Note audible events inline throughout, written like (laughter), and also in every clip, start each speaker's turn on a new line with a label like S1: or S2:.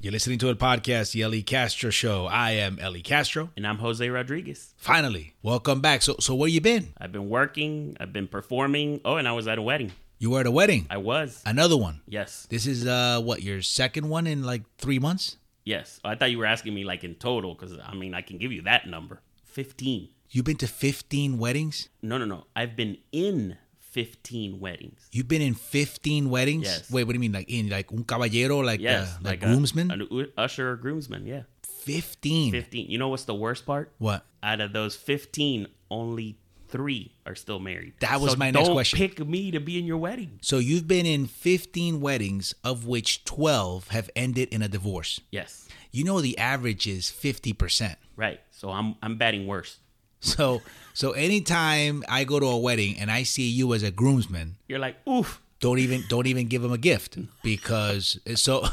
S1: You're listening to a podcast, The Ellie Castro Show. I am Ellie Castro.
S2: And I'm Jose Rodriguez.
S1: Finally, welcome back. So, so where you been?
S2: I've been working, I've been performing. Oh, and I was at a wedding.
S1: You were at a wedding.
S2: I was.
S1: Another one.
S2: yes.
S1: This is uh what your second one in like three months.
S2: Yes. Oh, I thought you were asking me like in total cuz I mean, I can give you that number. 15.
S1: You've been to 15 weddings.
S2: No, no, no. I've been in 15 weddings.
S1: You've been in 15 weddings.
S2: Yes.
S1: Wait, what do you mean? Like in like un caballero, like
S2: Yes.
S1: uh, like,
S2: a-
S1: groomsman.
S2: an u- usher or groomsman, yeah.
S1: 15.
S2: 15. You know what's the worst part?
S1: What?
S2: Out of those 15, only 3 are still married.
S1: That was
S2: So
S1: my next
S2: don't
S1: question.
S2: pick me to be in your wedding.
S1: So you've been in 15 weddings, of which 12 have ended in a divorce.
S2: Yes.
S1: You know the average is 50 percent.
S2: Right. So I'm I'm batting worse.
S1: So so anytime I go to a wedding and I see you as a groomsman,
S2: You're like, "Oof,
S1: don't even don't even give him a gift because so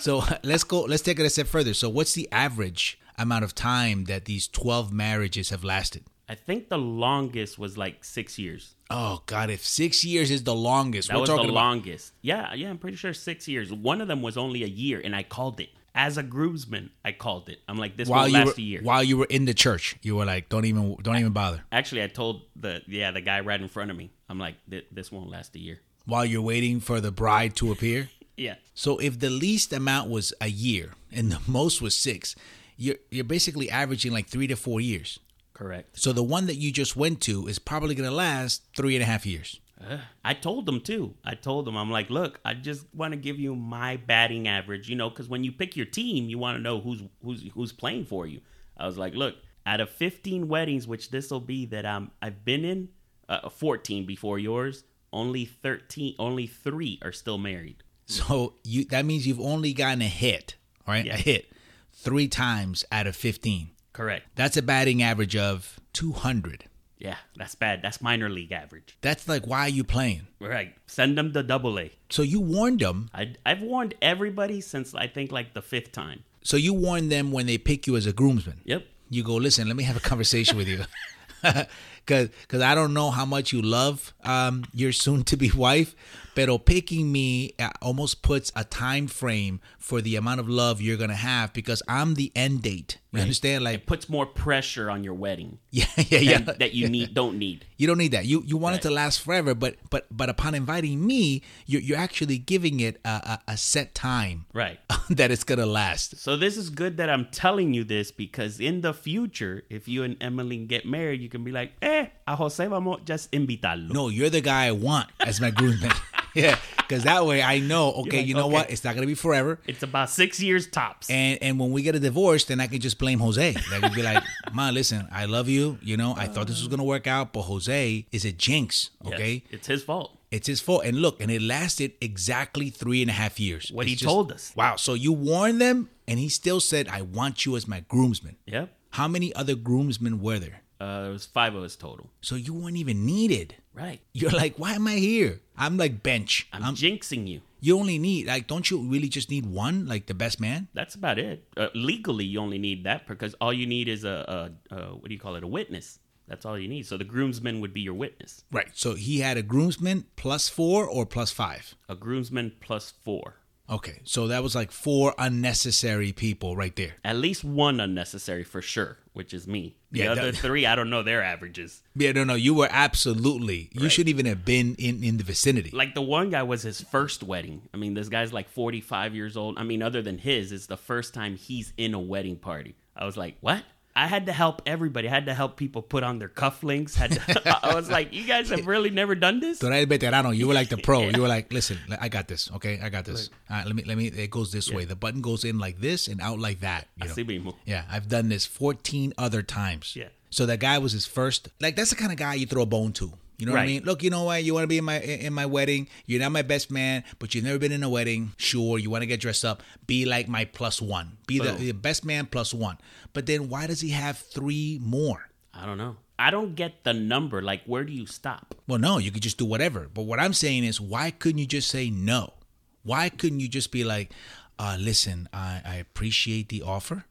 S1: so let's go let's take it a step further. So what's the average amount of time that these 12 marriages have lasted?
S2: I think the longest was like six years.
S1: Oh god, if 6 years is the longest,
S2: That
S1: we're
S2: was the
S1: talking about
S2: longest. Yeah, yeah, I'm pretty sure six years. One of them was only a year, and I called it as a groomsman. I called it. I'm like, this
S1: while
S2: won't
S1: you
S2: last
S1: were,
S2: a year.
S1: while you were in the church, you were like don't even don't even bother.
S2: Actually, I told the yeah the guy right in front of me. I'm like, "Th- this won't last a year.
S1: While you're waiting for the bride to appear.
S2: Yeah,
S1: So if the least amount was a year and the most was 6, you're you're basically averaging like 3 to 4 years.
S2: correct.
S1: So the one that you just went to is probably going to last three and a half years.
S2: I told them too. I told them I'm like, look, I just want to give you my batting average. You know, because when you pick your team, you want to know who's who's who's playing for you. I was like, look, out of 15 weddings, which this will be that I'm I've been in, uh, 14 before yours. Only 13, only three are still married.
S1: So you that means you've only gotten a hit, all right?
S2: Yeah.
S1: A hit three times out of 15.
S2: Correct.
S1: That's a batting average of 200.
S2: Yeah, that's bad. That's minor league average.
S1: That's like why are you playing?
S2: Right. Send them to double A.
S1: So you warned them.
S2: I, I've warned everybody since I think like the fifth time.
S1: So you warned them when they pick you as a groomsman.
S2: Yep.
S1: You go, "Listen, let me have a conversation with you." (laughs) Cause, Cause, I don't know how much you love um, your soon-to-be (laughs) wife, pero picking me uh, almost puts a time frame for the amount of love you're gonna have because I'm the end date. You understand? Like,
S2: It puts more pressure on your wedding.
S1: (laughs) yeah, yeah, yeah.
S2: than- that you need don't need.
S1: You don't need that. You you want it to last forever, but but but upon inviting me, you're you're actually giving it a, a, a set time (laughs)
S2: Right.
S1: that it's gonna last.
S2: So this is good that I'm telling you this because in the future, if you and Emily get married, you can be like, eh, a Jose vamos just invitarlo.
S1: no, you're the guy I want as my
S2: (laughs)
S1: groomsman. yeah, because that way I know. Okay,
S2: like,
S1: you know
S2: okay.
S1: what? It's not gonna be forever.
S2: It's about six years tops.
S1: And and when we get a divorce, then I can just blame Jose. Like would be like, (laughs) Ma, listen, I love you. You know, I thought this was gonna work out, but Jose is a jinx.
S2: Yes,
S1: Okay,
S2: it's his fault.
S1: it's his fault. And look, and it lasted exactly three and a half years.
S2: What
S1: It's
S2: he
S1: just-
S2: told us.
S1: Wow. So you warned them, and he still said, "I want you as my groomsman."
S2: Yep.
S1: How many other groomsmen were there?
S2: Uh, it was five of us total.
S1: So you weren't even needed.
S2: Right.
S1: You're like, why am I here? I'm like bench.
S2: I'm, jinxing you.
S1: You only need like, don't you really just need one, like the best man?
S2: That's about it. Uh, legally, you only need that because all you need is a, a, a what do you call it? A witness. That's all you need. So the groomsman would be your witness.
S1: Right. So he had a groomsman plus four or plus five.
S2: A groomsman plus four.
S1: Okay. So that was like four unnecessary people right there.
S2: At least one unnecessary for sure, which is me. The
S1: Yeah, that-
S2: other three, I don't know their averages.
S1: Yeah. No. No. You were absolutely. You shouldn't even have been in in the vicinity.
S2: Like the one guy was his first wedding. I mean, this guy's like 45 years old. I mean, other than his, it's the first time he's in a wedding party. I was like, what? I had to help everybody. I had to help people put on their cufflinks. Had to, (laughs) I was like, you guys have really never done this?
S1: So that veterano, you were like the pro. (laughs) You were like, listen, li- I got this. Okay, I got this. All right, let me let me. It goes this way. The button goes in like this and out like that. You know?
S2: Así mismo.
S1: Yeah, I've done this 14 other times.
S2: Yeah.
S1: So that guy was his first. Like that's the kind of guy you throw a bone to. You know what I
S2: Right.
S1: mean? Look, you know what? You want to be in my in in my wedding. You're not my best man, but you've never been in a wedding. Sure, you want to get dressed up. Be like my plus one. Be the,
S2: Boom.
S1: the best man plus one. But then why does he have three more?
S2: I don't know. I don't get the number. Like, where do you stop?
S1: Well, no, you could just do whatever. But what I'm saying is, why couldn't you just say no? Why couldn't you just be like, uh, listen, I, I appreciate the offer,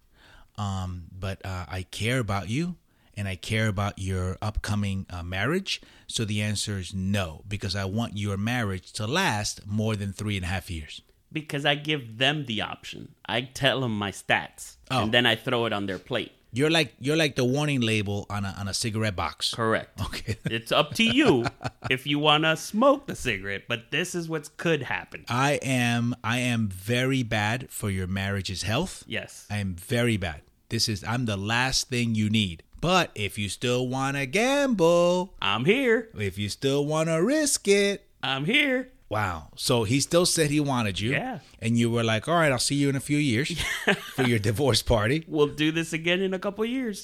S1: um, but uh, I care about you and I care about your upcoming uh, marriage. So the answer is no, because I want your marriage to last more than three and a half years.
S2: Because I give them the option. I tell them my stats,
S1: Oh.
S2: and then I throw it on their plate.
S1: You're like you're like the warning label on a on a cigarette box.
S2: Correct.
S1: (laughs) Okay.
S2: It's up
S1: (laughs)
S2: to you if you want to smoke the cigarette, but this is what could happen.
S1: I am I am very bad for your marriage's health.
S2: Yes.
S1: I am very bad. This is I'm the last thing you need. But if you still want to gamble,
S2: I'm here.
S1: if you still want to risk it,
S2: I'm here.
S1: wow. So he still said he wanted you.
S2: Yeah.
S1: And you were like, "All right, I'll see you in a few years
S2: (laughs)
S1: for your divorce party."
S2: We'll do this again in a couple years.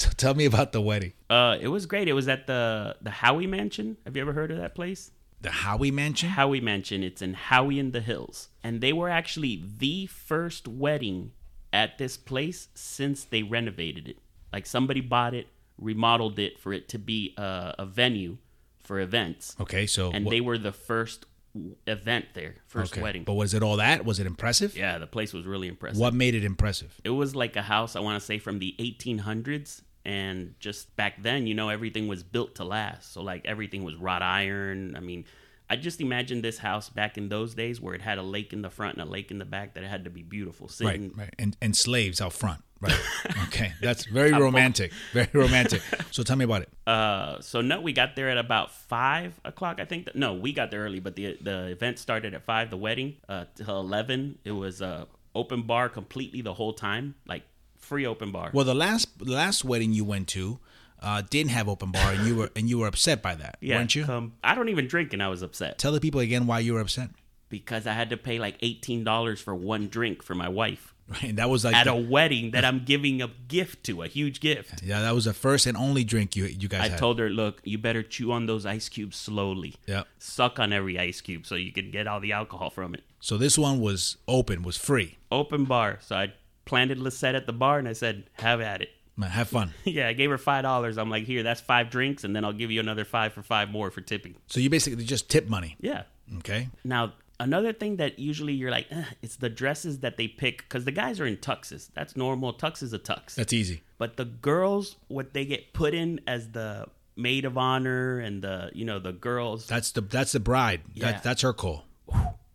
S1: So tell me about the wedding.
S2: Uh, it was great. It was at the the Howie Mansion. Have you ever heard of that place?
S1: The Howie Mansion?
S2: Howie Mansion. It's in Howie in the Hills, and they were actually the first wedding at this place since they renovated it. Like somebody bought it, remodeled it for it to be a, a venue for events,
S1: Okay, so
S2: and
S1: wha-
S2: they were the first w- event there, first
S1: okay.
S2: wedding.
S1: But was it all that? Was it impressive?
S2: yeah, the place was really impressive.
S1: What made it impressive?
S2: It was like a house I want to say from the 1800s, and just back then, you know, everything was built to last. So like everything was wrought iron. I mean, I just imagine this house back in those days where it had a lake in the front and a lake in the back that had to be beautiful. Sitting,
S1: Right, right. And and slaves out front.
S2: (laughs)
S1: Right. Okay. That's very romantic. Very romantic. So tell me about it.
S2: Uh, so no, we got there at about five o'clock. I think. That, no, we got there early, but the the event started at five. The wedding uh, till eleven. It was uh, open bar completely the whole time, like free open bar.
S1: Well, the last the last wedding you went to uh, didn't have open bar, and you were and you were upset by
S2: (laughs)
S1: that, weren't you?
S2: Um, I don't even drink, and I was upset.
S1: Tell the people again why you were upset. (laughs)
S2: because I had to pay like eighteen dollars for one drink for my wife
S1: Right, that was like
S2: at
S1: the-
S2: a wedding that I'm giving a gift to, a huge gift.
S1: yeah, that was the first and only drink you you guys
S2: I
S1: had.
S2: told her, look, you better chew on those ice cubes slowly.
S1: Yep.
S2: Suck on every ice cube so you can get all the alcohol from it.
S1: so this one was open, was free.
S2: Open bar. So I planted Lisette at the bar and I said, have at it. (laughs)
S1: Man, have fun.
S2: yeah, I gave her five dollars. I'm like, here, that's five drinks, and then I'll give you another five for five more for tipping.
S1: So you basically just tip money,
S2: Yeah.
S1: okay?
S2: Now, another thing that usually you're like, "Ugh," it's the dresses that they pick because the guys are in tuxes. That's normal. Tux is a tux.
S1: That's easy.
S2: but the girls, what they get put in as the maid of honor and the you know the girls,
S1: That's the that's the bride.
S2: Yeah.
S1: That, that's her call.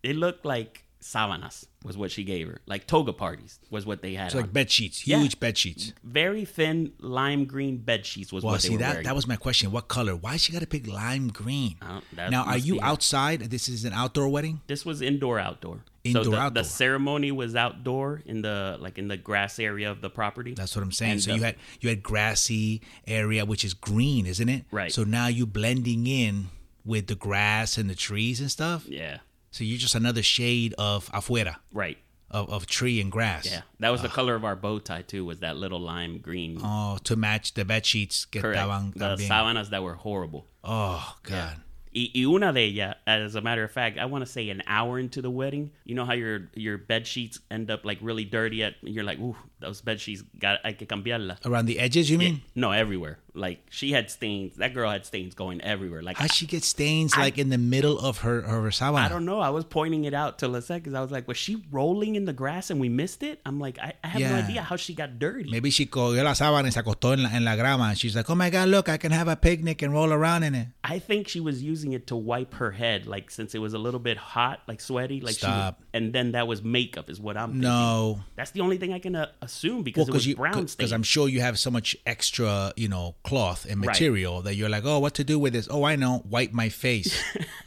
S2: they look like sabanas was what she gave her, like toga parties was what they had.
S1: It's like
S2: on.
S1: bed sheets,
S2: Um, Yeah.
S1: huge bed sheets.
S2: Very thin lime green bed sheets was
S1: Well,
S2: what they
S1: see
S2: were
S1: that
S2: wearing.
S1: that was my question. What color? Why she got to pick lime green?
S2: Uh, that
S1: Now, are
S2: must
S1: you
S2: be-
S1: outside? This is an outdoor wedding.
S2: This was indoor outdoor.
S1: Indoor,
S2: so the,
S1: outdoor.
S2: the ceremony was outdoor in the like in the grass area of the property.
S1: That's what I'm saying.
S2: And
S1: so
S2: the-
S1: you had you had grassy area, which is green, isn't it?
S2: Right.
S1: So now you blending in with the grass and the trees and stuff.
S2: yeah,
S1: So you're just another shade of afuera
S2: right.
S1: of, of tree and grass.
S2: Yeah, that
S1: Ah.
S2: was the color of our bow tie too. Was that little lime green?
S1: Oh, to match the bed sheets que
S2: correct.
S1: estaban
S2: the
S1: también.
S2: sabanas that were horrible.
S1: Oh God.
S2: Y, y una de ellas, as a matter of fact, I want to say an hour into the wedding. You know how your your bed sheets end up like really dirty. At you're like, ooh, those bed sheets got hay que cambiarla.
S1: Around the edges, you mean?
S2: No, everywhere. Like she had stains. That girl had stains going everywhere. Like
S1: How she get stains like in the middle of her her sabana?
S2: I don't know. I was pointing it out to Lisette because I was like, was she rolling in the grass and we missed it? I'm like, I, I have no
S1: Yeah.
S2: idea how she got dirty.
S1: Maybe she cogió la sábana y se acostó en la, en la grama. She's like, oh my God, look, I can have a picnic and roll around in it.
S2: I think she was using it to wipe her head, like since it was a little bit hot, like sweaty, like
S1: Stop.
S2: she. Was, and then that was makeup, is what I'm. Thinking.
S1: No.
S2: That's the only thing I can uh, assume because it was
S1: you
S2: brown stain.
S1: because I'm sure you have so much extra, you know, cloth and
S2: Right.
S1: material that you're like, oh, what to do with this? Oh, I know, wipe my
S2: (laughs)
S1: face.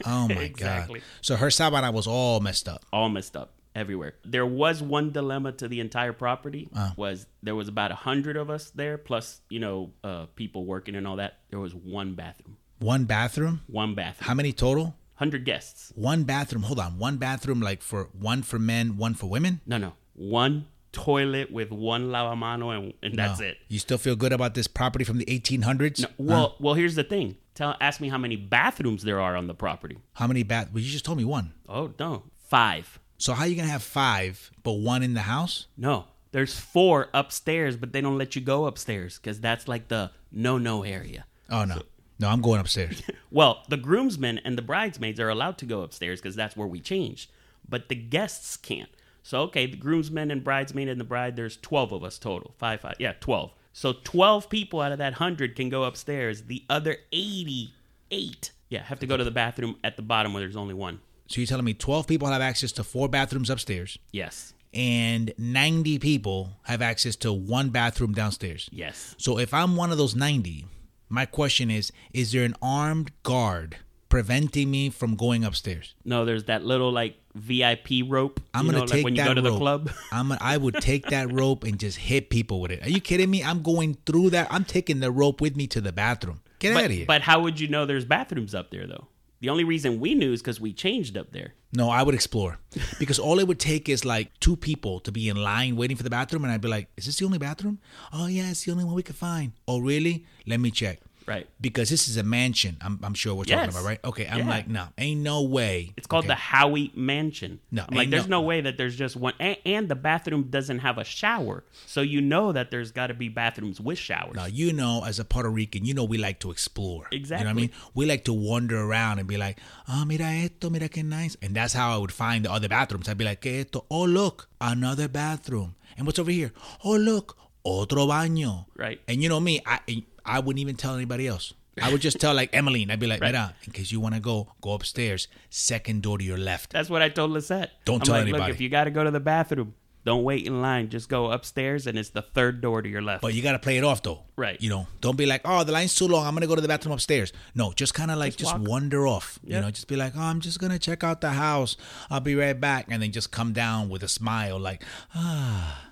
S1: oh my
S2: Exactly.
S1: god! So her sabana was all messed up.
S2: all messed up everywhere. There was one dilemma to the entire property
S1: Ah.
S2: was there was about a hundred of us there, plus you know uh, people working and all that. There was one bathroom,
S1: One bathroom.
S2: one bathroom,
S1: How many total?
S2: hundred guests.
S1: One bathroom. Hold on. One bathroom, like for one for men, one for women.
S2: No, no, one toilet with one lavamano and and that's
S1: No.
S2: it.
S1: Oh. You still feel good about this property from the 1800s?
S2: Well, well, here's the thing. Tell, ask me how many bathrooms there are on the property.
S1: How many bath? Well, you just told me one.
S2: Oh no, five.
S1: So how you gonna have five, but one in the house?
S2: No, there's four upstairs, but they don't let you go upstairs because that's like the no-no area.
S1: Oh no, no, I'm going upstairs. (laughs)
S2: Well, the groomsmen and the bridesmaids are allowed to go upstairs because that's where we change, but the guests can't. So okay, the groomsmen and bridesmaid and the bride. There's twelve of us total. Five, five. Yeah, twelve. So twelve people out of that hundred can go upstairs. The other eighty-eight, yeah, have to go to the bathroom at the bottom where there's only one.
S1: So you're telling me 12 people have access to four bathrooms upstairs,
S2: Yes.
S1: and 90 people have access to one bathroom downstairs.
S2: Yes.
S1: So if I'm one of those 90, my question is is there an armed guard preventing me from going upstairs?
S2: No, there's that little like VIP rope.
S1: I'm
S2: you
S1: gonna
S2: know,
S1: take
S2: like when you
S1: that
S2: go to
S1: rope.
S2: the club.
S1: (laughs) I'm gonna, I would take that rope and just hit people with it. Are you kidding me? I'm going through that. I'm taking the rope with me to the bathroom. Get out
S2: But,
S1: of here.
S2: but how would you know there's bathrooms up there though? The only reason we knew is because we changed up there.
S1: No, I would explore because all it would take is like two people to be in line waiting for the bathroom, and I'd be like, "Is this the only bathroom? Oh yeah, it's the only one we could find. Oh really? Let me check."
S2: Right.
S1: Because this is a mansion. I'm, I'm sure we're talking
S2: Yes.
S1: about, right? Okay, I'm
S2: Yeah.
S1: like, no, ain't no way.
S2: It's called
S1: Okay.
S2: the Howie Mansion.
S1: No,
S2: I'm like
S1: ain't
S2: there's
S1: no-
S2: no way that there's just one, and, and the bathroom doesn't have a shower, so you know that there's got to be bathrooms with showers.
S1: Now, you know, as a Puerto Rican, you know we like to explore. You know what I
S2: Exactly.
S1: mean? We like to wander around and be like, ah, mira esto, mira que nice. And that's how I would find the other bathrooms. I'd be like, que esto? Oh, look, another bathroom. And what's over here? Oh, look, otro baño.
S2: Right.
S1: And you know me, I I wouldn't even tell anybody else. I would just tell like Emmeline. I'd be like, mira, in case you want to go, go upstairs, second door to your left.
S2: That's what I told Lisette.
S1: Don't
S2: I'm
S1: tell
S2: like,
S1: anybody.
S2: Look, if you got to go to the bathroom, don't wait in line. Just go upstairs, and it's the third door to your left.
S1: But you gotta play it off though.
S2: Right.
S1: You know, don't be like, oh, the line's too long. I'm gonna go to the bathroom upstairs. No, just kind of like just,
S2: Just walk.
S1: wander off. You
S2: Yeah.
S1: know, just be like, oh, I'm just gonna check out the house. I'll be right back, and then just come down with a smile, like, ah.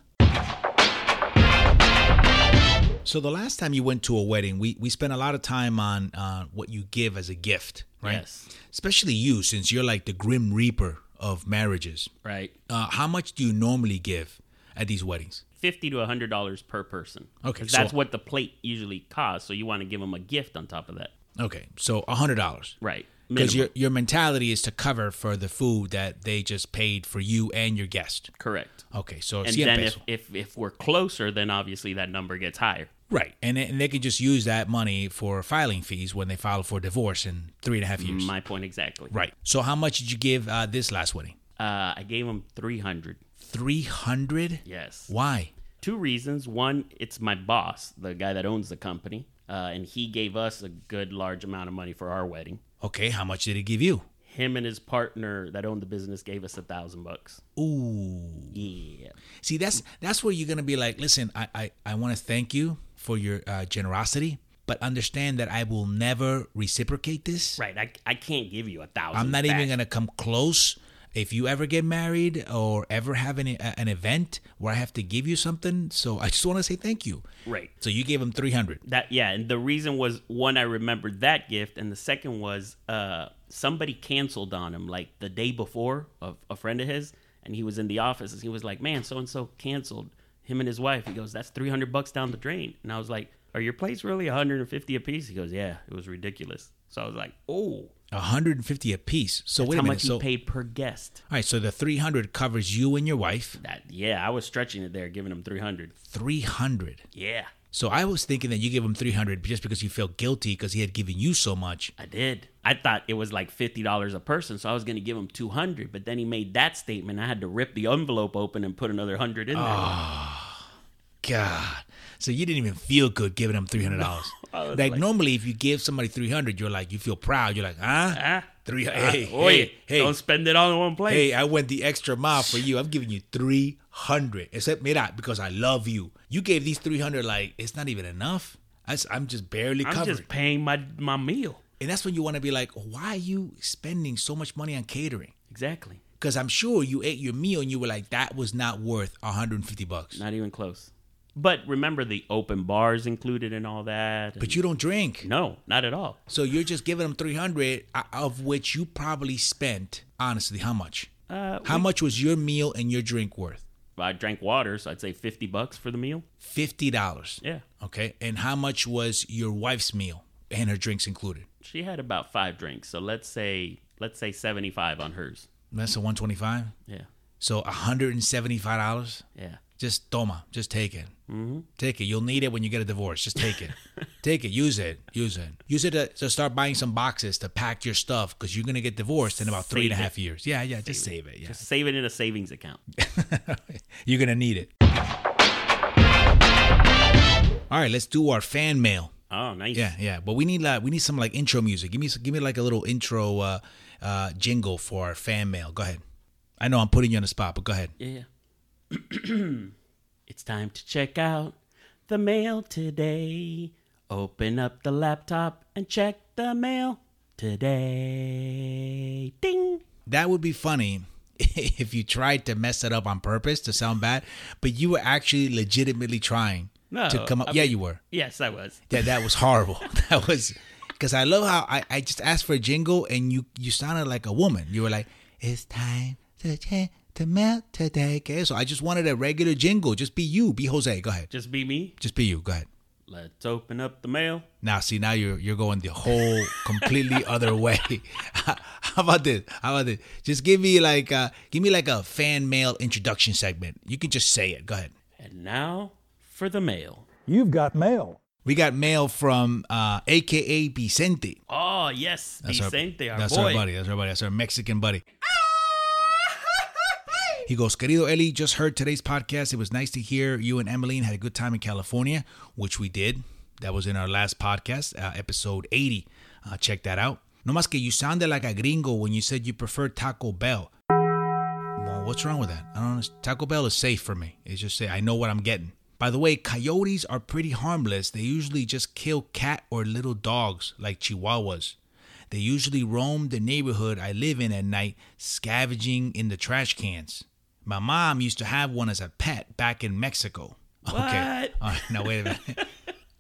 S1: So the last time you went to a wedding, we we spent a lot of time on uh, what you give as a gift, right?
S2: Yes.
S1: Especially you, since you're like the grim reaper of marriages.
S2: right.
S1: Uh, how much do you normally give at these weddings?
S2: Fifty to hundred dollars per person.
S1: Okay,
S2: 'Cause that's
S1: so-
S2: what the plate usually costs. So you want to give them a gift on top of that.
S1: Okay, so a hundred dollars.
S2: Right.
S1: because
S2: Minimum.
S1: your your mentality is to cover for the food that they just paid for you and your guest.
S2: correct.
S1: Okay, so
S2: And
S1: 100
S2: then if,
S1: pesos.
S2: if if we're closer, then obviously that number gets higher.
S1: right, and and they could just use that money for filing fees when they file for divorce in three and a half years.
S2: My point exactly.
S1: Right. So how much did you give uh, this last wedding?
S2: Uh, I gave them three hundred.
S1: Three hundred.
S2: Yes.
S1: Why?
S2: Two reasons. One, it's my boss, the guy that owns the company, uh, and he gave us a good large amount of money for our wedding.
S1: Okay, how much did it give you?
S2: Him and his partner that owned the business gave us a thousand bucks.
S1: Ooh.
S2: Yeah.
S1: See, that's that's where you're gonna be like, listen, I I, I want to thank you for your uh, generosity, but understand that I will never reciprocate this.
S2: Right. I, I can't give you a thousand.
S1: I'm not even
S2: back.
S1: going to come close. If you ever get married or ever have an, a- an event where I have to give you something, so I just want to say thank you.
S2: Right.
S1: So you gave him 300.
S2: That yeah, and the reason was one I remembered that gift, and the second was uh somebody canceled on him like the day before of a friend of his, and he was in the office and he was like, "Man, so and so canceled him and his wife." He goes, "That's three hundred bucks down the drain," and I was like, "Are your plates really one hundred and fifty a piece?" He goes, "Yeah, it was ridiculous." So I was like, "Oh,
S1: 150 apiece. So wait
S2: how
S1: a minute.
S2: much
S1: so
S2: he paid per guest?"
S1: all right, so the 300 covers you and your wife.
S2: That yeah, I was stretching it there, giving him three hundred.
S1: 300.
S2: Yeah,
S1: So I was thinking that you gave him 300 just because you felt guilty because he had given you so much.
S2: I did. I thought it was like fifty dollars a person, so I was gonna give him two hundred. But then he made that statement. I had to rip the envelope open and put another hundred in there.
S1: Oh. God. So you didn't even feel good giving him $300.
S2: I was
S1: like, normally if you give somebody 300, you're like you feel proud. You're like, "Huh?
S2: Ah,
S1: 300.
S2: ah,
S1: hey,
S2: oye,
S1: hey, hey.
S2: don't spend it all in one place.
S1: Hey, I went the extra mile for you. I'm giving you 300. Except, mira, because I love you. You gave these 300, like, it's not even enough. I, am just barely
S2: I'm
S1: covered.
S2: just paying my my meal.
S1: And that's when you want to be like, why are you spending so much money on catering?
S2: Exactly.
S1: Because I'm sure you ate your meal and you were like, that was not worth 150 bucks.
S2: Not even close. But remember, the open bars included and all that.
S1: But you don't drink.
S2: no, not at all.
S1: So you're just giving them 300, o- of which you probably spent, honestly, how much?
S2: Uh,
S1: How much was your meal and your drink worth?
S2: I drank water, so I'd say fifty bucks for the meal.
S1: $50.
S2: Yeah,
S1: Okay. And how much was your wife's meal and her drinks included?
S2: she had about five drinks, so let's say let's say seventy five on hers.
S1: That's a 125.
S2: Yeah,
S1: So $175.
S2: yeah.
S1: Just toma. Just take it. Mm-hmm. Take it. You'll need it when you get a divorce. Just take it. (laughs) take it. Use it. Use it. Use it to, to start buying some boxes to pack your stuff because you're going to get divorced in about three and a
S2: Save it.
S1: half years. Yeah, yeah. Just save it. Yeah.
S2: Save it in a savings account.
S1: (laughs) you're going to need it. All right. Let's do our fan mail.
S2: Oh, nice.
S1: Yeah, yeah. But we need like we need some like intro music. Give me give me like a little intro uh, uh, jingle for our fan mail. Go ahead. I know I'm putting you on the spot, but go ahead.
S2: Yeah. (clears throat) it's time to check out the mail today. Open up the laptop and check the mail today. Ding.
S1: That would be funny (laughs) if you tried to mess it up on purpose to sound bad, but you were actually legitimately trying
S2: No,
S1: to come up.
S2: I
S1: yeah,
S2: mean-
S1: you were.
S2: Yes, I was.
S1: Yeah, that was horrible. (laughs) that was because I love how I, I just asked for a jingle and you you sounded like a woman. You were like, "It's time to change to melt today." Okay, so I just wanted a regular jingle. Just be you. Be Jose. Go ahead.
S2: Just be me.
S1: Just be you. Go ahead.
S2: Let's open up the mail.
S1: Now, see, now you're you're going the whole completely other way. (laughs) How about this? How about this? Just give me like uh give me like a fan mail introduction segment. You can just say it. Go ahead.
S2: And now for the mail.
S3: You've got mail.
S1: We got mail from uh AKA Vicente.
S2: Oh, yes. Vicente, our,
S1: that's
S2: boy.
S1: our buddy. That's our buddy. That's our Mexican
S2: (laughs)
S1: buddy. He goes, Querido Eli, just heard today's podcast. It was nice to hear you and Emmeline had a good time in California, which we did. That was in our last podcast, uh, episode 80. Uh, check that out. No más que you sounded like a gringo when you said you prefer Taco Bell. Well, what's wrong with that? I don't understand. Taco Bell is safe for me. It's just say I know what I'm getting. By the way, coyotes are pretty harmless. They usually just kill cat or little dogs like chihuahuas. They usually roam the neighborhood I live in at night, scavenging in the trash cans. My mom used to have one as a pet back in Mexico. (laughs)
S2: What?
S1: All right, now wait a minute. (laughs)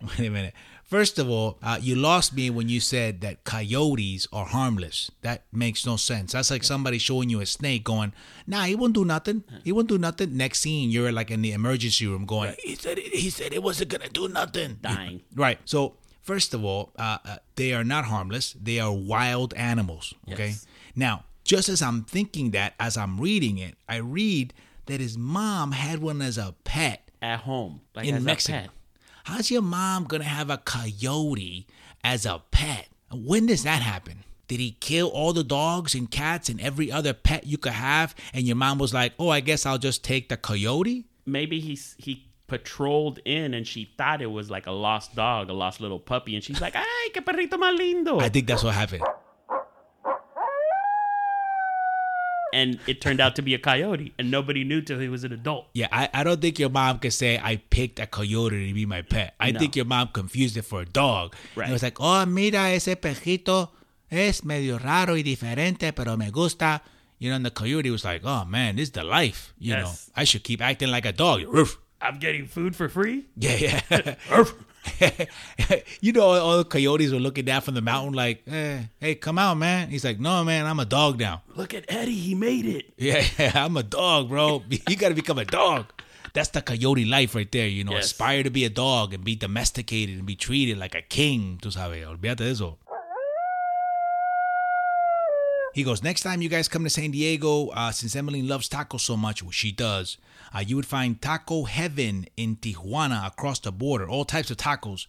S1: wait a minute. First of all, uh, you lost me when you said that coyotes are harmless. That makes no sense. That's like somebody showing you a snake going, nah, he won't do nothing. He won't do nothing. Next scene, you're like in the emergency room going, he said it, he said it wasn't going to do nothing.
S2: Dying.
S1: Right. So, first of all, uh, uh, they are not harmless. They are wild animals. Okay.
S2: Yes.
S1: Now, just as I'm thinking that, as I'm reading it, I read that his mom had one as a pet
S2: At home. Like
S1: in
S2: as a
S1: Mexico.
S2: pet.
S1: How's your mom gonna have a coyote as a pet? When does that happen? Did he kill all the dogs and cats and every other pet you could have? And your mom was like, "Oh, I guess I'll just take the coyote."
S2: maybe he's he patrolled in and she thought it was like a lost dog, a lost little puppy, and she's like, "Ay, qué perrito más lindo!"
S1: I think that's what happened.
S2: and it turned out to be a coyote, and nobody knew till he was an adult.
S1: Yeah, I, I don't think your mom could say I picked a coyote to be my pet. I
S2: No.
S1: think your mom confused it for a dog. And it
S2: Right.
S1: was like, oh, mira ese pejito es medio raro y diferente, pero me gusta. You know, and the coyote was like, oh man, this is the life. You
S2: Yes.
S1: know, I should keep acting like a dog. Roof. (laughs)
S2: I'm getting food for free. (laughs)
S1: Yeah, yeah. (laughs) you know, all the coyotes were looking down from the mountain like, eh, hey, come out, man. He's like, no, man, I'm a dog now.
S2: Look at Eddie, he made it.
S1: (laughs) Yeah, I'm a dog, bro. You got to become a dog. That's the coyote life right there. You know,
S2: Yes.
S1: aspire to be a dog and be domesticated and be treated like a king. Tú sabes, olvídate de eso. He goes, next time you guys come to San Diego, uh, since Emmeline loves tacos so much, which she does, uh, you would find taco heaven in Tijuana across the border, all types of tacos.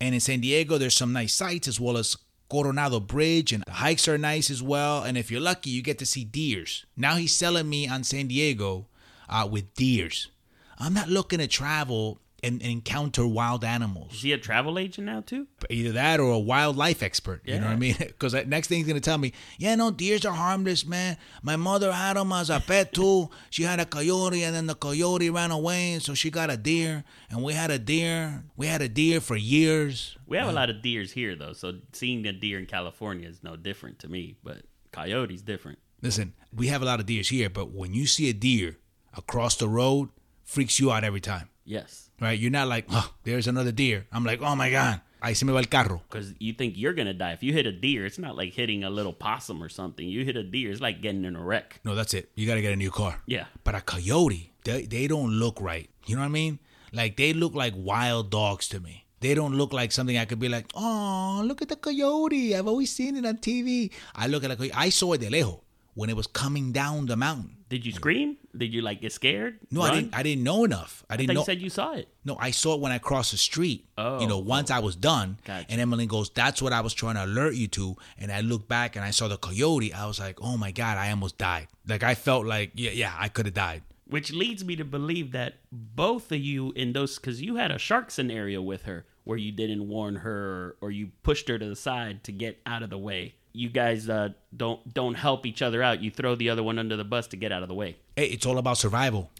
S1: And in San Diego, there's some nice sights as well as Coronado Bridge, and the hikes are nice as well. And if you're lucky, you get to see deers. Now he's selling me on San Diego uh, with deers. I'm not looking to travel and, and encounter wild animals
S2: Is he a travel agent now too?
S1: either that or a wildlife expert. You know what I
S2: Yeah.
S1: mean? (laughs) Because next thing he's gonna tell me, yeah, no, deers are harmless, man. My mother had them as a pet too. She had a coyote, and then the coyote ran away, and so she got a deer, and we had a deer. We had a deer for years.
S2: We have a lot of deers here though, so seeing a deer in California is no different to me. But coyote's different.
S1: Listen, we have a lot of deers here, but when you see a deer across the road, freaks you out every time,
S2: Yes,
S1: right? You're not like, oh, there's another deer. I'm like, oh my god, ahí se me va el carro.
S2: because you think you're gonna die if you hit a deer. It's not like hitting a little possum or something. You hit a deer, it's like getting in a wreck.
S1: No, that's it. You gotta get a new car.
S2: Yeah.
S1: But a coyote, they, they don't look right. You know what I mean? Like they look like wild dogs to me. They don't look like something I could be like, oh, look at the coyote. I've always seen it on TV. I look at a coyote. I saw it de lejos when it was coming down the mountain.
S2: Did you scream? Did you like get scared?
S1: No, I
S2: Run?
S1: didn't. I didn't know enough. I
S2: I
S1: didn't
S2: thought
S1: know.
S2: you said you saw it.
S1: No, I saw it when I crossed the street. you
S2: Oh,
S1: know, once I was done,
S2: Gotcha.
S1: and Emily goes, "That's what I was trying to alert you to." And I looked back and I saw the coyote. I was like, "Oh my god, I almost died!" Like I felt like, yeah, yeah, I could have died.
S2: Which leads me to believe that both of you in those, because you had a shark scenario with her. where you didn't warn her or you pushed her to the side to get out of the way. You guys uh, don't don't help each other out. You throw the other one under the bus to get out of the way.
S1: Hey, it's all about survival.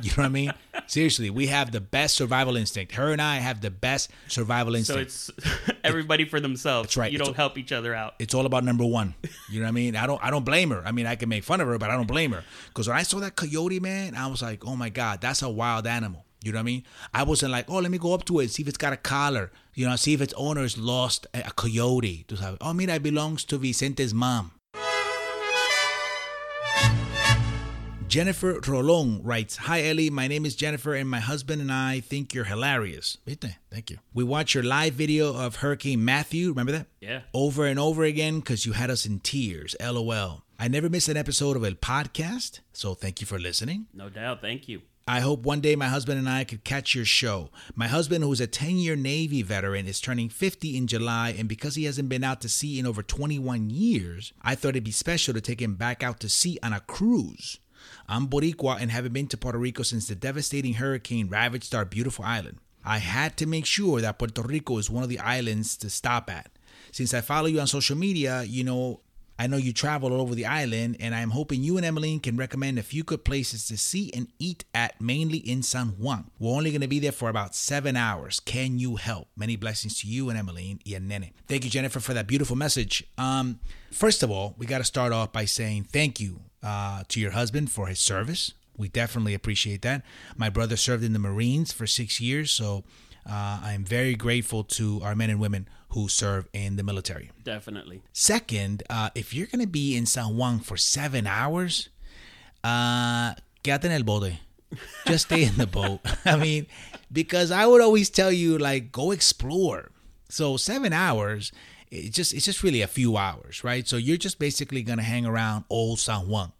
S1: You know what I mean? Seriously, we have the best survival instinct. Her and I have the best survival
S2: So
S1: instinct.
S2: it's (laughs) everybody for themselves.
S1: That's right.
S2: You
S1: It's
S2: don't
S1: a-
S2: help each other out.
S1: it's all about number one. You know what I mean? I don't I don't blame her. I mean, I can make fun of her, but I don't blame her. Because when I saw that coyote, man, I was like, oh my God, that's a wild animal. You know what I mean? I wasn't like, oh, let me go up to it, see if it's got a collar. You know, see if its owner has lost eh, a a coyote. Tú sabes, Oh, mira, it belongs to Vicente's mom. Jennifer Rolón writes, Hi Ellie, my name is Jennifer and my husband and I think you're hilarious. Viste? Thank you. We watch your live video of Hurricane Matthew, remember that?
S2: Yeah.
S1: Over and over again because you had us in tears. LOL. I never miss an episode of El Podcast, so thank you for listening.
S2: No doubt. Thank you.
S1: I hope one day my husband and I could catch your show. My husband, who is a 10 year Navy veteran, is turning 50 in July, and because he hasn't been out to sea in over 21 years, I thought it'd be special to take him back out to sea on a cruise. I'm Boricua and haven't been to Puerto Rico since the devastating hurricane ravaged our beautiful island. I had to make sure that Puerto Rico is one of the islands to stop at. Since I follow you on social media, you know, I know you travel all over the island, and I'm hoping you and Emmeline can recommend a few good places to see and eat at, mainly in San Juan. We're only going to be there for about seven hours. Can you help? Many blessings to you and Emmeline y a Nene. Thank you, Jennifer, for that beautiful message. Um, first of all, we got to start off by saying thank you uh, to your husband for his service. We definitely appreciate that. My brother served in the Marines for six years, so uh, I'm very grateful to our men and women who serve in the military.
S2: Definitely.
S1: Second, uh, if you're gonna be in San Juan for seven hours, uh, quédate en el bote. Just stay in the boat. (laughs) I mean, because I would always tell you like go explore. So seven hours, it's just it's just really a few hours, right? So you're just basically gonna hang around old San Juan.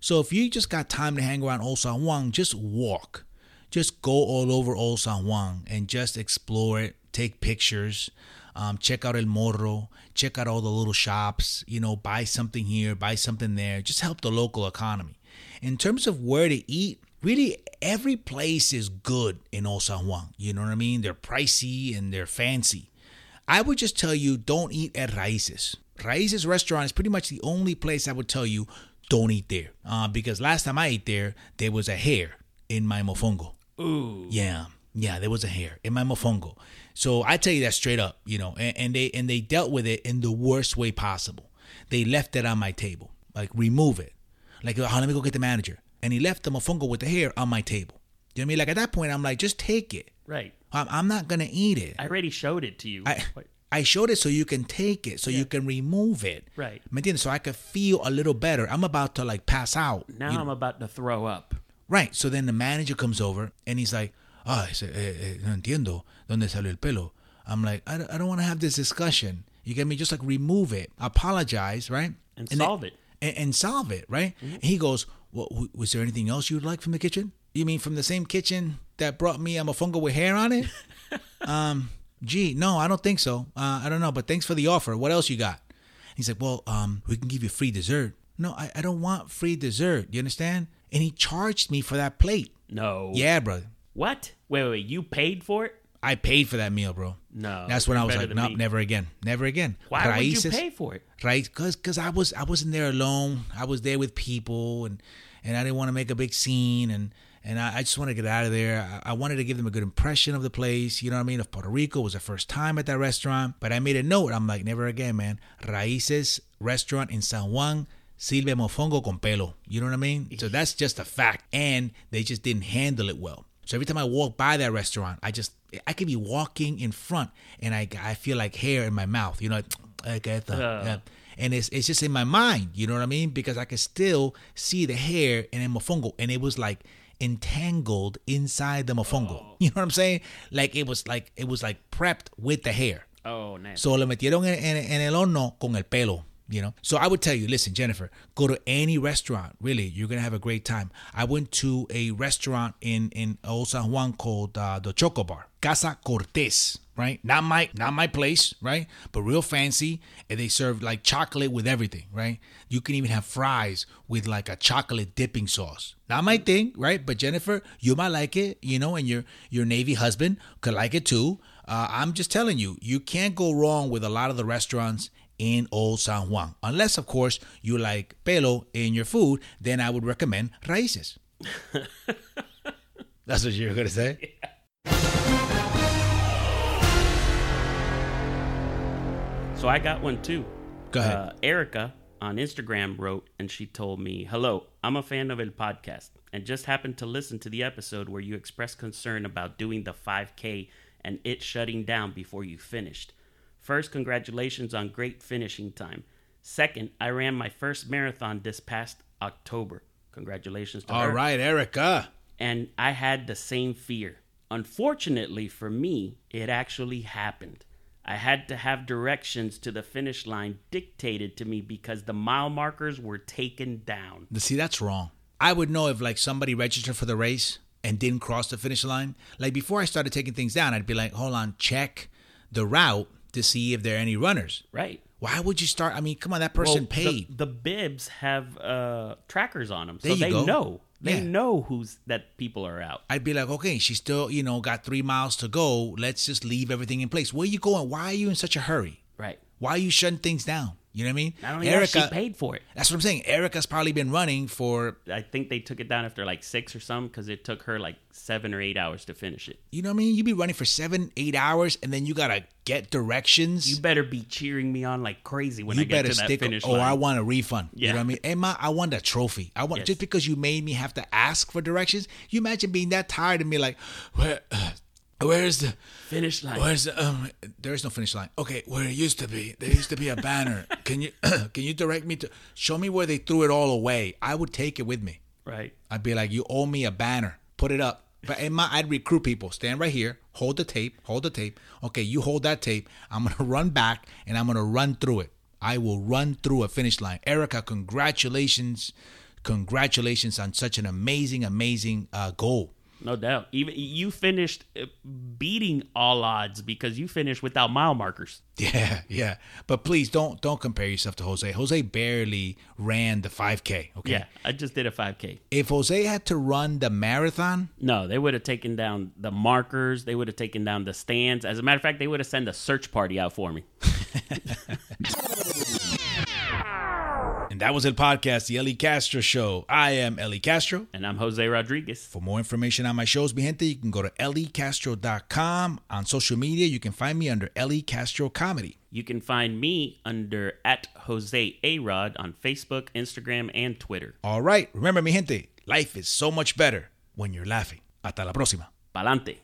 S1: So if you just got time to hang around Old San Juan, just walk. Just go all over Old San Juan and just explore it. Take pictures. Um, check out El Morro. Check out all the little shops. You know, buy something here, buy something there. Just help the local economy. In terms of where to eat, really every place is good in Old San Juan. You know what I mean? They're pricey and they're fancy. I would just tell you don't eat at Raices. Raices restaurant is pretty much the only place I would tell you don't eat there. Uh, because last time I ate there, there was a hair in my mofongo.
S2: Ooh.
S1: Yeah, yeah, there was a hair in my mofongo. So I tell you that straight up, you know, and, and they and they dealt with it in the worst way possible. They left it on my table, like remove it, like oh, let me go get the manager, and he left the mofongo with the hair on my table. You know what I mean? Like at that point, I'm like, just take it.
S2: Right.
S1: I'm, I'm not gonna eat it.
S2: I already showed it to you.
S1: I,
S2: What-
S1: I showed it so you can take it, so you can remove it.
S2: Right.
S1: ¿Me entiendes? So I could feel a little better. I'm about to like pass out.
S2: now I'm about to throw up.
S1: Right. So then the manager comes over and he's like, ah, ese, eh, eh, no entiendo. ¿Dónde salió el pelo? I'm like, I don't, I don't want to have this discussion. You get me? Just like remove it, apologize, right?
S2: And
S1: then-
S2: solve it.
S1: And, and solve it, right?
S2: Mm-hmm.
S1: And he goes, well, w- was there anything else you'd like from the kitchen? You mean from the same kitchen that brought me a mofongo with hair on
S2: (laughs)
S1: it? Um, Gee, no, I don't think so. Uh, I don't know, but thanks for the offer. What else you got? He's like, well, um, we can give you free dessert. No, I, I don't want free dessert. You understand? And he charged me for that plate.
S2: No.
S1: Yeah, bro.
S2: What? Wait, wait, wait. You paid for it?
S1: I paid for that meal, bro.
S2: No.
S1: That's when I was like,
S2: better than
S1: nope,
S2: me.
S1: never again. Never again.
S2: Why would you
S1: Raíces-
S2: pay for it?
S1: right? Cause, cause I was, I wasn't there alone. I was there with people, and and I didn't want to make a big scene, and and I, I just wanted to get out of there. I, I wanted to give them a good impression of the place. You know what I mean? Of Puerto Rico it was the first time at that restaurant, but I made a note. I'm like, never again, man. Raíces restaurant in San Juan. Silve mofongo con pelo. You know what I mean? So that's just a fact. And they just didn't handle it well. So every time I walk by that restaurant, I just, I could be walking in front and I, I feel like hair in my mouth. You know, like, like I thought,
S2: Yeah.
S1: yeah. And it's, it's just in my mind, you know what I mean? Because I could still see the hair in the mofongo, and it was like entangled inside the mofongo. You know what I'm saying? Like it was like it was like prepped with the hair.
S2: Oh, nice.
S1: So le metieron en, en, en el horno con el pelo. You know, so I would tell you, listen, Jennifer, go to any restaurant. Really, you're gonna have a great time. I went to a restaurant in in Old San Juan called uh, the Choco Bar, Casa Cortes, right? Not my not my place, right? But real fancy, and they serve like chocolate with everything, right? You can even have fries with like a chocolate dipping sauce. Not my thing, right? But Jennifer, you might like it, you know, and your your Navy husband could like it too. Uh, I'm just telling you, you can't go wrong with a lot of the restaurants in Old San Juan. Unless, of course, you like pelo in your food, then I would recommend raíces. (laughs) That's what you were going to say?
S2: So I got one too.
S1: Go ahead.
S2: Uh, Erica on Instagram wrote and she told me, Hello, I'm a fan of El Podcast and just happened to listen to the episode where you expressed concern about doing the 5K and it shutting down before you finished. First, congratulations on great finishing time. Second, I ran my first marathon this past October. Congratulations
S1: (laughs)
S2: to
S1: All
S2: her
S1: right, Erica.
S2: and I had the same fear. Unfortunately for me, it actually happened. I had to have directions to the finish line dictated to me because the mile markers were taken down.
S1: See, that's wrong. I would know if like somebody registered for the race and didn't cross the finish line. Like before I started taking things down, I'd be like, hold on, check the route to see if there are any runners.
S2: Right.
S1: Why would you start? I mean, come on, that person
S2: Well, the-
S1: paid.
S2: The, bibs have uh, trackers on them,
S1: There
S2: so
S1: you
S2: they
S1: go.
S2: know. They
S1: Yeah.
S2: know who's that people are out.
S1: I'd be like, okay, she still, you know, got three miles to go. Let's just leave everything in place. Where you going? Why are you in such a hurry?
S2: Right.
S1: Why are you shutting things down? You know what I mean?
S2: Not only that, she paid for it.
S1: that's what I'm saying. Erica's probably been running for,
S2: I think they took it down after like six or something because it took her like seven or eight hours to finish it.
S1: you know what I mean? You be running for seven, eight hours, and then you gotta get directions.
S2: You better be cheering me on like crazy when I
S1: you
S2: get
S1: better
S2: to that
S1: stick.
S2: finish
S1: oh,
S2: line.
S1: I want a refund. You
S2: Yeah.
S1: know what I mean? Emma, I want that trophy. I want
S2: Yes.
S1: just because you made me have to ask for directions. You imagine being that tired and me like, where, where's the,
S2: finish line.
S1: where's the, um, there is no finish line. Okay, where it used to be, there used to be a banner. Can you, (clears throat) can you direct me to show me where they threw it all away? I would take it with me.
S2: Right.
S1: I'd be like, you owe me a banner. Put it up. But Emma, I'd recruit people. Stand right here. Hold the tape. Hold the tape. Okay, you hold that tape. I'm gonna (laughs) run back and I'm gonna run through it. I will run through a finish line. Erica, congratulations, congratulations on such an amazing, amazing uh, goal.
S2: No doubt. Even you finished uh, beating all odds because you finished without mile markers.
S1: Yeah, yeah. But please don't don't compare yourself to Jose. Jose barely ran the 5K. Okay.
S2: Yeah, I just did a 5K.
S1: If Jose had to run the marathon,
S2: No, they would have taken down the markers. They would have taken down the stands. As a matter of fact, they would have sent a search party out for me.
S1: and that was it. Podcast, the Ellie Castro Show. I am Ellie Castro.
S2: And I'm Jose Rodriguez.
S1: For more information on my shows, mi gente, you can go to lecastro.com. On social media, you can find me under Ellie Castro Comedy.
S2: You can find me under at Jose Arod on Facebook, Instagram, and Twitter.
S1: All right, remember, mi gente, life is so much better when you're laughing. Hasta la próxima.
S2: Palante.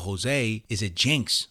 S1: Jose is a jinx.